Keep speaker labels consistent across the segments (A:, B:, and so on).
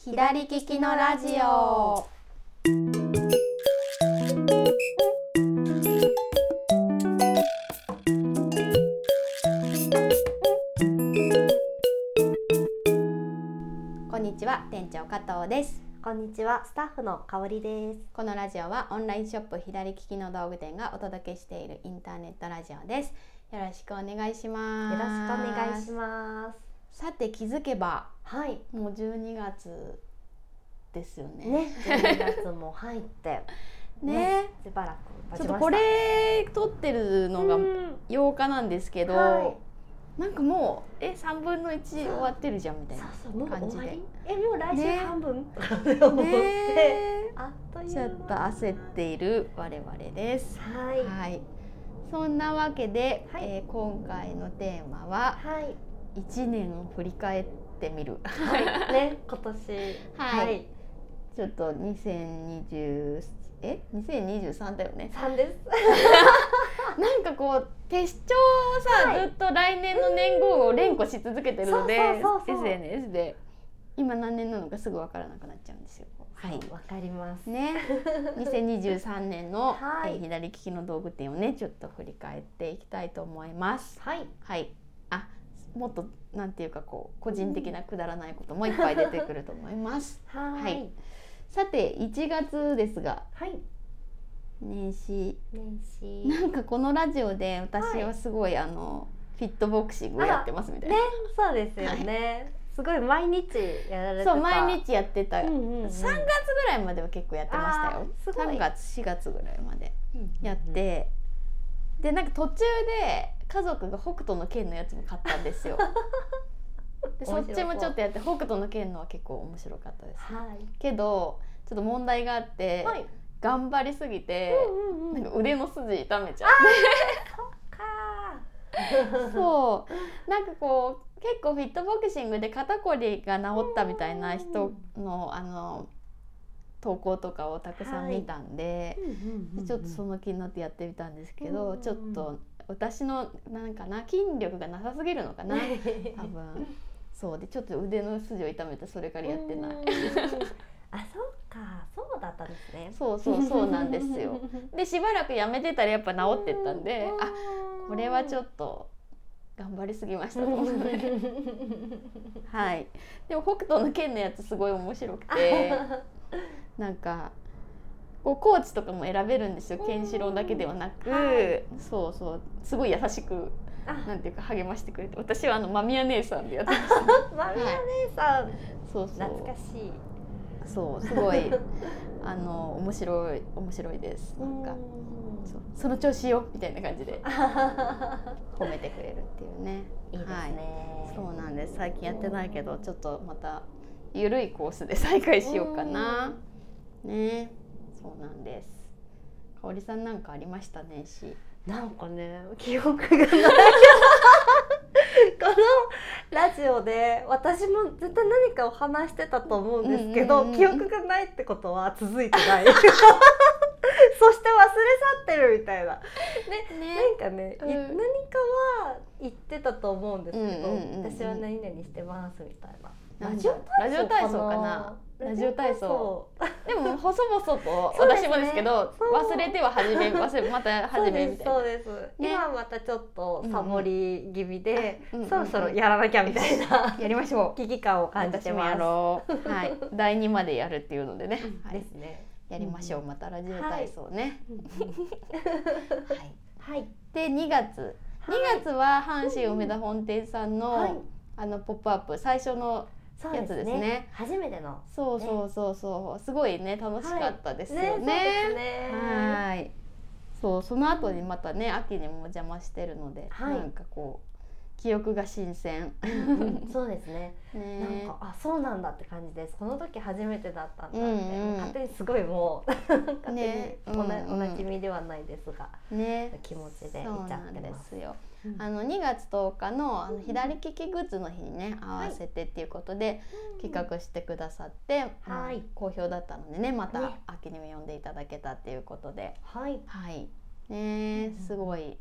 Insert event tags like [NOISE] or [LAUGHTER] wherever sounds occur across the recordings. A: 左利きのラジオ。こんにちは、店長加藤です。
B: こんにちは、スタッフの香りです。
A: このラジオはオンラインショップ左利きの道具店がお届けしているインターネットラジオです。よろしくお願いし
B: よ
A: ま
B: ろ
A: す。
B: しくお願いし
A: ま
B: ます。
A: す。さて気づけば
B: はい、
A: もう12月ですよね。 [LAUGHS]
B: ね、12月も入って、
A: ね
B: しばらく
A: ち
B: 経
A: ょっと
B: ちました。
A: これ撮ってるのが
B: うん
A: 8日なんですけど、
B: は
A: なんかもうえ3分の1終わってるじゃんみた
B: い、
A: い
B: そう
A: な。
B: そう、もう
A: 感
B: 終
A: じ
B: わ
A: で
B: り。え、もう来週
A: ね
B: 半分、とかって思って、
A: ね
B: [LAUGHS] あっという
A: ちょっと焦っている我々です。
B: はい、
A: はい。そんなわけで、
B: はい
A: えー今回のテーマは
B: はい、
A: 1年を振り返ってみる。
B: はい、ね、今年、
A: はいちょっと2020え2023だよね。
B: 三、です。
A: なんかこう手帳をさ、
B: はい
A: ずっと来年の年号を連呼し続けてるので、
B: うんそうそうそうそう
A: SNS で今何年なのかすぐわからなくなっちゃうんですよ。はい。
B: わかります。 [LAUGHS]
A: ね、2023年の、
B: は
A: え
B: い
A: ー左利きの道具店をねちょっと振り返っていきたいと思います。
B: はい、
A: はい。あ、もっとなんていうかこう個人的なくだらないこともいっぱい出てくると思い
B: [LAUGHS]
A: ます。
B: は
A: はいい、さて1月ですが
B: はい、
A: 年始
B: 年始。
A: なんかこのラジオで私
B: は
A: はいすごい、あのフィットボクシングをやってますみたいな、
B: ねそうですよね。すごい毎日やられてた。
A: そう毎。日やってた、
B: う
A: 三
B: んうん、うん。
A: 3月ぐらいまでは結構やってましたよ
B: あーすごい
A: 3月4月ぐらいまでやって、でなんか途中で家族が北斗の拳のやつも買ったんです
B: [LAUGHS]
A: よでそっちもちょっとやって北斗の拳のは結構面白かったです
B: はい。
A: けどちょっと問題があって、
B: はい。
A: 頑張りすぎて、
B: うんうんうん。
A: なんか腕の筋痛めちゃって
B: か
A: そうなんかこう結構フィットボクシングで肩こりが治ったみたいな人のあの投稿とかをたくさん見たんで、でちょっとその気になってやってみたんですけど、
B: うん
A: ちょっと私のなんかな筋力がなさすぎるのかな多分そうでちょっと腕の筋を痛めてそれからやってない。
B: あそうかそうだったんですね
A: そうそうそうなんですよ
B: [LAUGHS]
A: でしばらくやめてたらやっぱ治ってったんで、あこれはちょ
B: っ
A: っと頑張りすぎまし
B: と
A: たと思ってはい、でも北斗の拳のやつすごい面白くてなんかこうコーチとかも選べるんですよ
B: うん
A: ケンシロウだけではなく、
B: はい
A: そうそうすごい優しく
B: あ
A: なんていうか励ましてくれて私はあのマミヤ姉さんでやってました
B: マミヤ姉さん
A: そうそ
B: 懐か
A: う
B: しい
A: そうすごい [LAUGHS] あの面白い面白いですなんか
B: うん
A: そうその調子よみたいな感じで
B: あはは
A: 褒めてくれるっていうね
B: [LAUGHS] いいです
A: はい
B: ね
A: そうなんです最近やってないけどちょっとまたゆるいコースで再開しようかな。ねそうなんです香織さんなんかありましたねし
B: うんなんかね記憶
A: [LAUGHS]
B: がないこのラジオで私も絶対何かを話してたと思うんですけど、
A: うんうんうんうん
B: 記憶がないってことは続い
A: [LAUGHS]
B: てないそして忘れ去ってるみたいななんかね、い
A: うん
B: 何かは言ってたと思うんですけど、
A: うんうんうんうん
B: 私は何々してますみたいな。
A: なんだラジオ体操かなラジオ体操。でも細々と
B: そうで
A: 私
B: すね
A: もですけど
B: そう
A: 忘れては始め忘れまた
B: そう
A: 始め
B: で
A: み
B: す
A: たいな
B: そうです。
A: ね
B: 今またちょっとサボり気味で、
A: うんうんうん
B: そろそろやらなきゃみたいな
A: やりましょう
B: 危機感を感じ
A: 私
B: て
A: も
B: ます。
A: やろうはい第2までやるっていうのでね、は
B: で
A: い
B: す、ね。
A: やりましょうまたラジオ体操ね、はい
B: [LAUGHS] はい。
A: で2月2月は阪神梅田本店さんの、
B: はい。
A: あのポップアップ最初の
B: そう
A: や
B: で
A: つ
B: す
A: ですね
B: ね。初めての。
A: そうそうそうそうすごいね楽しかったですよね。
B: そうですね。
A: はい。そうその後にまたね秋にもお邪魔してるので、
B: はい
A: なんかこう記憶が新鮮。 [LAUGHS]
B: うんそうですね。
A: ね
B: なんかあそうなんだって感じですこの時初めてだったんだ
A: う
B: って、
A: んうん
B: 勝手にすごいもう勝手に、
A: ね
B: おな
A: うんうん
B: おなじみではないですが、
A: ね
B: 気持ちで見ちゃ
A: そう
B: ってます
A: なんですよ。
B: うん
A: あの2月10日のあ
B: うん
A: の
B: うん
A: 左利きグッズの日にね合わせてっていうことで企画してくださって、まあ
B: はい
A: 好評だったのでねまた
B: ね
A: 秋にも呼んでいただけたっていうことで。
B: はい
A: はい。ね
B: うん
A: え、すごい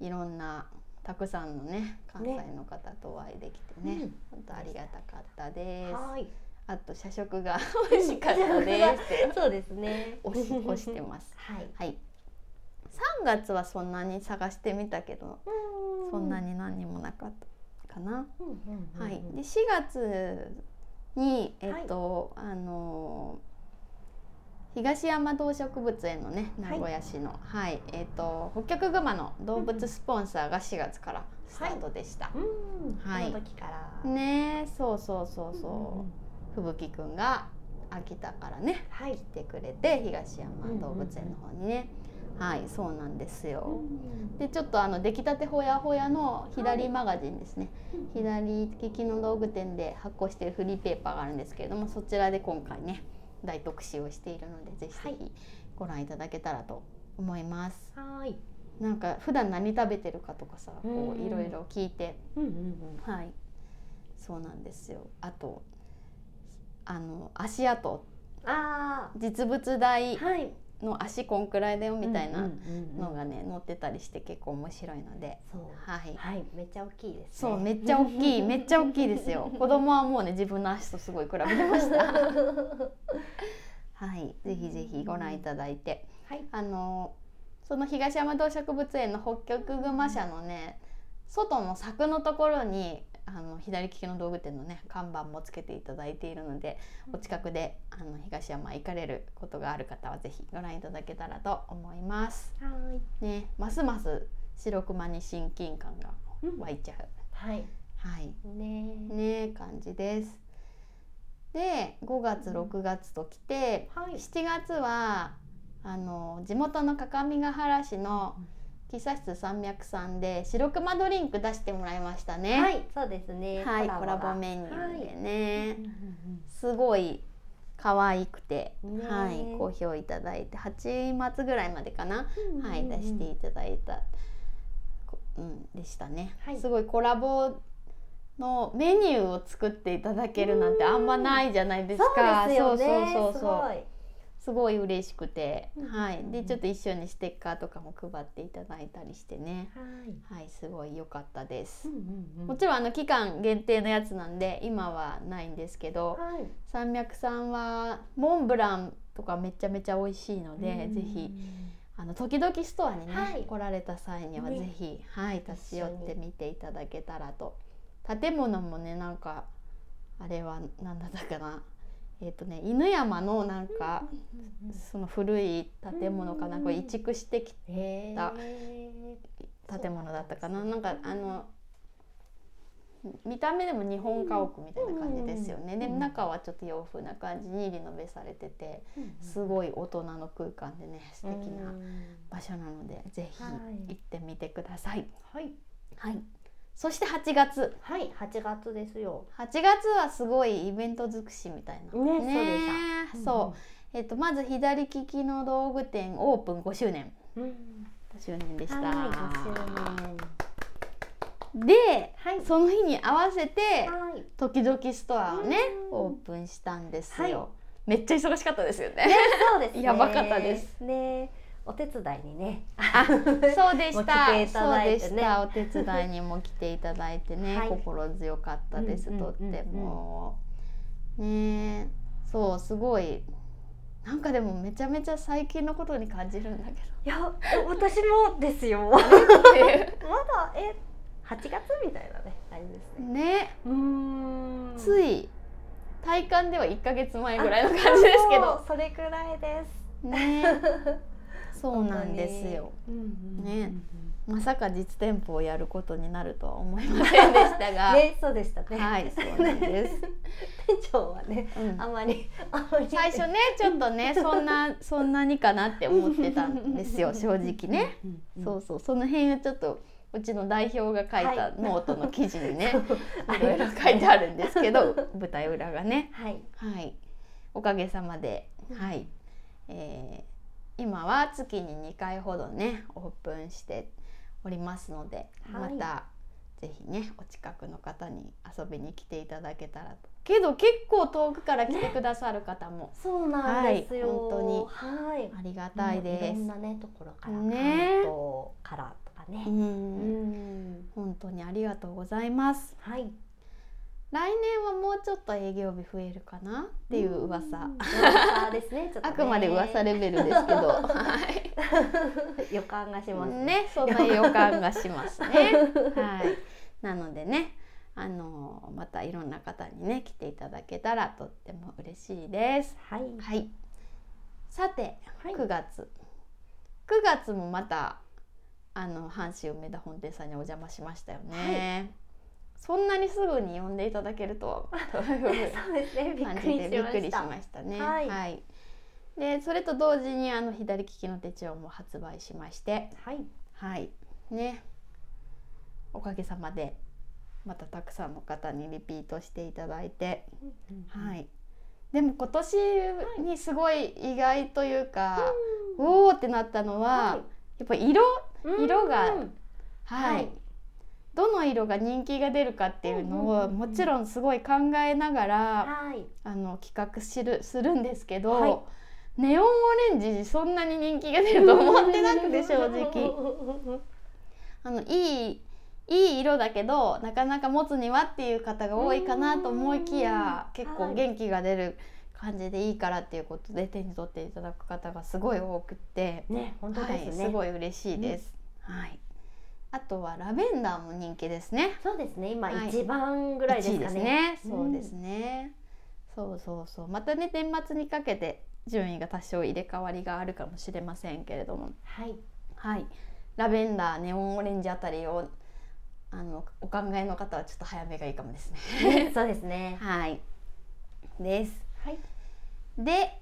A: いろんなたくさんのね関西の方とお会いできてね、
B: う
A: 本
B: ん
A: 当ありがたかったです。
B: はい
A: あと社食が美味しかったですって
B: [LAUGHS] そうですね。
A: [LAUGHS] 押し押してます。
B: はい。
A: はい。3月はそんなに探してみたけど、そんな。に何にもなかったかな。
B: うんうんうん、
A: はい。で4月にえっと、あのー東山動植物園のね名古屋市の、はいえっと北極熊の動物スポンサーが4月からスタートでした。
B: うん。
A: はい
B: この時から。
A: ねえそうそうそうそう。
B: んん
A: 吹雪くんが秋田からね
B: はい
A: 来。てくれて東山動物園の方にね、はいそうなんですよ、でちょっとあの出来たてほやほやの左マガジンですね、
B: うん
A: 左利きの道具店で発行しているフリーペーパーがあるんですけれどもそちらで今回ね大特集をしているのでぜひぜひご覧いただけたらと思います、
B: はい。
A: なんか普段何食べてるかとかさこ
B: う
A: うんいろいろ聞いて
B: うんうんうん。
A: はい、そうなんですよ。あと、あの足跡、
B: あ
A: 実物
B: あ。
A: 大
B: はい。
A: の足こんくらいだよみたい
B: うんう
A: なん
B: うんうん
A: のがね、載ってたりして結構面白いので、
B: そう。
A: はい。
B: はい。めっちゃ大きいです、ね。
A: そうめっちゃ大
B: [LAUGHS]
A: きいめっちゃ大きいですよ。子供はもうね自分の足とすごい比べてました。 [LAUGHS] はい、ぜひぜひご覧いただいて、
B: はい。
A: あのその東山動植物園の北極熊舎のね外の柵のところにあの左利きの道具店のね看板もつけていただいているので [LAUGHS] お近くであの東山行かれることがある方はぜひご覧いただけたらと思います。
B: はい。
A: ね、ますます白熊に親近感が湧いちゃう。
B: はい。
A: はい、
B: ね
A: ね
B: え。
A: 感じです。で5月6月ときて、
B: はい。
A: 7月はあの地元の各務原市の喫茶室山脈さんで白熊ドリンク出してもらいましたね。
B: はい。そうですね。
A: はい
B: が
A: コラボメニューでね、
B: はいうんうん
A: すごい可愛くて、
B: ね
A: はい、好評いただいて8月ぐらいまでかな、
B: うん
A: はい、出していただいた、こうん、でしたね、
B: はい
A: すごいコラボのメニューを作っていただけるなんてあんまないじゃないですか。
B: そうですよね。
A: そうそうそう
B: す
A: そ
B: ご
A: う
B: い。
A: すごい嬉しくて、
B: うん
A: はい、
B: う
A: で
B: ん
A: ちょっと一緒にステッカーとかも配っていただいたりしてね、
B: はい。
A: はい、すごい良かったです。も
B: も
A: ちろんあの期間限定のやつなんで今はないんですけど、
B: はい。
A: 山脈さんはモンブランとかめちゃめちゃ美味しいので、ぜひあの時々ストアにね、
B: はい
A: 来られた際には
B: ね
A: ぜひ、はい立ち寄って
B: 一緒
A: みていただけたらと建物もねなんかあれは何だったかなえっ、とね犬山のなんか、その古い建物かな
B: うん
A: これ移築してき
B: へえ。
A: だ建物だったかななんかあの見た目でも日本家屋みたいな感じですよね、
B: うん
A: で
B: うん
A: も中はちょっと洋風な感じにリノベされててすごい大人の空間でね素敵な場所なのでぜひ
B: はい
A: 行ってみてください、
B: はい
A: はい、そして8月
B: はい八月ですよ。
A: 8月はすごいイベント尽くしみたいな
B: ね
A: えそうえっとまず左利きの道具店オープン5周年
B: うん。うん
A: 5周年でした、
B: はい五周年
A: で
B: はい
A: その日に合わせて
B: はい。
A: 時々ストアをね
B: うん
A: オープンしたんですよ、
B: はい
A: めっちゃ忙しかったですよね
B: そうですね。
A: やばかったです。
B: ねお手 [LAUGHS] 伝いにね。
A: そうで
B: も
A: し
B: う来
A: た
B: ていただい
A: そ
B: てね
A: うでしたお手伝いにも来ていただいてね、
B: はい
A: 心強かったです、
B: うんうんうん
A: と
B: う
A: っ
B: ん
A: てもねえそうすごいなんかでもめちゃめちゃ最近のことに感じるんだけ
B: いや私もです
A: [LAUGHS]
B: よ。ま [LAUGHS]
A: どっていう
B: だえ八月みたいなね感じですね。
A: ね
B: うーん
A: つ
B: い
A: い体感では1ヶ月前ぐらいの感じですけど
B: それくらいです。
A: ねそうなんですよねまさか実店舗をやることになるとは思いませんでしたが、
B: ね、そうでしたね。
A: はいそうなんです、
B: 店長はね、
A: うん
B: あまり、あまり。
A: 最初ねちょっと
B: [LAUGHS]
A: ねそんなそんなにかなって思ってたんですよ正直ね、
B: うんうん
A: そうそうその辺をちょっとうちの代表が書いた
B: はい
A: ノートの記事
B: [LAUGHS]
A: にね、
B: そう
A: いろいろ書いてあるんですけど舞台裏がね
B: はい。
A: はい、おかげさまで、はいえー今は月に2回ほどねオープンしておりますので、
B: はい
A: またぜひねお近くの方に遊びに来ていただけたらとけど結構遠くから来てくださる方も
B: そうなんですよ。
A: はい本
B: はい。
A: ありがたいです
B: ろん。なね、ところから。
A: ね
B: 関東からとか
A: う
B: ね。うんん。
A: 本当にありがとうございます。
B: はい。
A: 来年はもうちょっと営業日増えるかなっていう噂、
B: ん噂です
A: [LAUGHS]
B: ね。ちょっとね
A: あくまで噂レベルですけどはい
B: 予感がしますね。
A: ねそんな予感がします
B: [LAUGHS]
A: ねはいなのでねあのまたいろんな方にね来ていただけたらとっても嬉しいです
B: はい。
A: はいさて
B: はい
A: 9月9月もまたあの阪神梅田本店さんにお邪魔しましたよね、そんなにすぐに呼んでいただけるとはという
B: [LAUGHS] そうですね。 [LAUGHS] びっ
A: 感
B: く
A: じ
B: り
A: でび
B: し
A: っ
B: ま
A: く
B: し。
A: りしたましたね。
B: はい
A: でそれと同時にあの左利きの手帳も発売しまして、
B: はい。。
A: はいね、おかげさまでまたたくさんの方にリピートしていただいて、はいい、でも今年にすごい意外というか、
B: うん
A: おーってなったのは、
B: はい
A: やっぱ色、
B: うん
A: 色が
B: うん
A: はい
B: はい
A: どの色が人気が出るかっていうの
B: うんうん
A: を、
B: うんうん
A: もちろんすごい考えながら。
B: はい。
A: あの企画するするんですけど、
B: はい
A: ネオンオレンジそんなに人気が出ると思ってなくて正直
B: 直。
A: あのいいいい色だけどなかなか持つにはっていう方が多いかなと思いきや
B: うん
A: 結
B: は
A: 構
B: い
A: 元気が出る感じでいいからっていうことで手に取っていただく方がすごい多くて、
B: ね、本当
A: はい、
B: です
A: す
B: ね。
A: ごい嬉しいです。はいあとはラベンダーも人気ですね。
B: そうですね。今
A: はい
B: 一番ぐらいですか
A: 1位
B: ね。
A: ですねそうですね、そうそうそうまたね年末にかけて順位が多少入れ替わりがあるかもしれませんけれども [LAUGHS]
B: はい。
A: はいラベンダーネオンオレンジあたりをあのお考えの方はちょっと早めがいいかもですね [LAUGHS]
B: ねそうですね。
A: はいです
B: はい。
A: で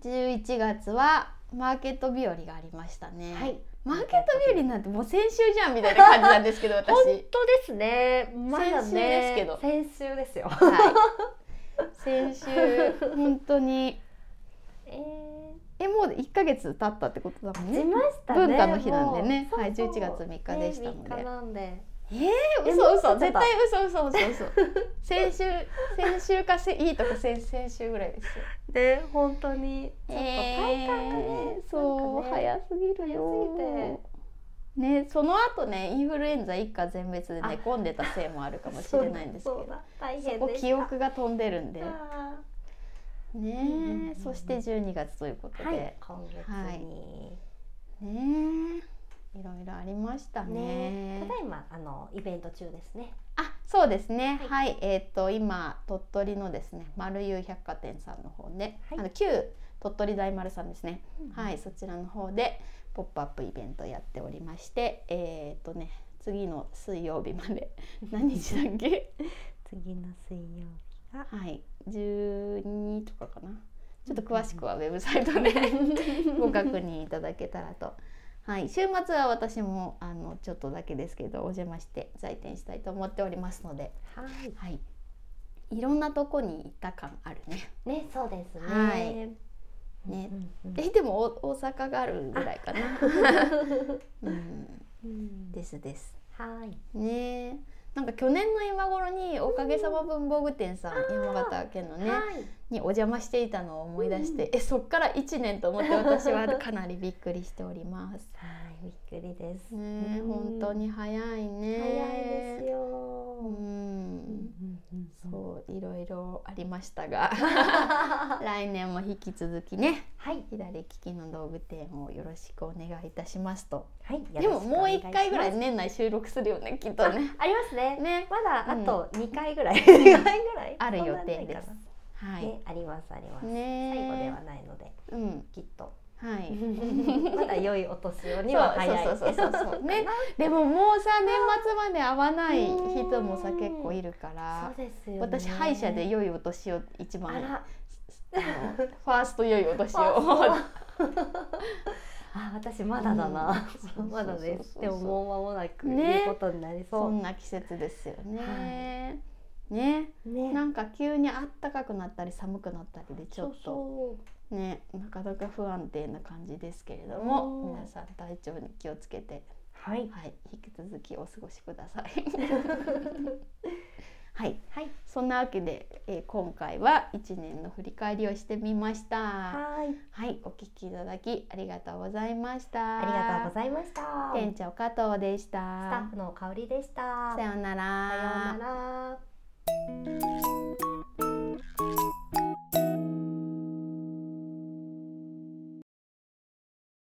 A: 11月はマーケット日和がありましたね、
B: はい。
A: マーケット日和なんてもう先週じゃんみたいな感じなんですけど
B: 本当
A: 私
B: ですね。まだ
A: 先週ですけ
B: ね
A: ど。
B: 先週ですよ。
A: はい、先週本当に
B: えー
A: えもう一ヶ月経ったってことだもん
B: 経
A: ね。
B: ちましたね。
A: 文化の日なんでね
B: もう
A: はい
B: そう
A: 11
B: そう
A: 月3日でしたので
B: ね、3日なんで。
A: え
B: え
A: ー、嘘
B: もうちょっ
A: 嘘
B: と
A: 絶対嘘嘘嘘嘘。先週先週かせいいとこ先先週ぐらいですよ。
B: で本当にちょっと体
A: え
B: 感がね、
A: ーそう、早すぎるよ
B: 早すぎ。
A: ねその後ねインフルエンザ一家全滅で
B: あ
A: 寝込んでたせいもあるかもしれないんですけ
B: そう
A: ど。
B: だ大
A: そ
B: 変
A: こ
B: でした。
A: 記憶が飛んでるんで
B: あ
A: ね
B: うんうんうん
A: そして12月ということ
B: ー
A: で、
B: はい今月に、
A: ねえいろいろありましたね
B: ねただいまあのイベント中ですね。
A: あそうですね
B: はい
A: はい、えっ、と今鳥取のですね丸湯百貨店さんの方で、
B: はい
A: あの旧鳥取大丸さんですね、はいそちらの方でポップアップイベントやっておりましてえっ、とね次の水曜日ま
B: [LAUGHS]
A: で何日だっけ
B: 次の水曜日が
A: はい12とかかなちょっと詳しくはウェブサイトで [LAUGHS] ご確認いただけたらと。はい、週末は私もあのちょっとだけですけどお邪魔して在店したいと思っておりますので、
B: はい
A: はい、いろんなとこに行った感あるね。
B: ねそうですね。
A: はい
B: ね
A: ね、
B: うん
A: えでもお大阪があるぐらいか
B: [LAUGHS]
A: な。うん、
B: うん
A: ですです。
B: はい
A: ねなんか去年の今頃におかげさま文房具店さん、
B: うん
A: 山形県のね
B: はい
A: にお邪魔していたのを思い出して、
B: う
A: えそっから1年と思って私はかなりびっくりしております。
B: はいびっくりです。
A: ね、
B: うん
A: 本当に早いね。
B: 早いですよ。
A: う、
B: うんんうんうん [LAUGHS]
A: そういろいろありました [LAUGHS] が、
B: は
A: 来年も引き続きね、
B: い
A: 左利きの道具店をよろしくお願いいたしますと。
B: はい
A: でももう一回ぐら
B: よ
A: い年内収録するよね、きっ
B: ろ
A: と
B: しくお願い
A: ね
B: します。あありますね。
A: ね、
B: まだあと二回ぐらい、 [LAUGHS] 二回ぐらい
A: ある予
B: そんなんな
A: 定
B: いかな
A: です。はい。
B: ねありますあります。
A: ね、
B: 最後では。ないので
A: うん、
B: きっ
A: [LAUGHS]
B: と
A: はい。
B: まだ良いお年をには早い。
A: そうそうそうそうそう
B: [LAUGHS]
A: ね。でももうさ年末まで会わない人もさ
B: うん
A: 結構いるか
B: そ
A: ら
B: う。ですよね。
A: 私歯医者で良いお年を一
B: あ
A: 番
B: ら
A: あのファースト良いお年を
B: あ [LAUGHS] あ私まだだな。
A: うん
B: [LAUGHS] まだで
A: そうそうそ
B: す。
A: うそう
B: でももう間もなく
A: ね
B: いうことになり
A: そ
B: そ
A: んな季節ですよね。ね、
B: う。ね
A: なんか急に暖かくなったり寒くなったりでちょっと
B: そう
A: ねなかなか不安定な感じですけれど
B: う
A: も
B: ん
A: 皆さん体調に気をつけて [LAUGHS]
B: そうはい
A: はい引き続きお過ごしください。
B: [LAUGHS]
A: はい
B: はい
A: そんなわけで、えー今回は1年の振り返りをしてみました。は
B: はい
A: いお聞きいただきありがとうございました。
B: ありがとうございました。
A: 店長加藤でし
B: スタッ
A: た。
B: フの香りでした。
A: さようなら。
B: さようなら。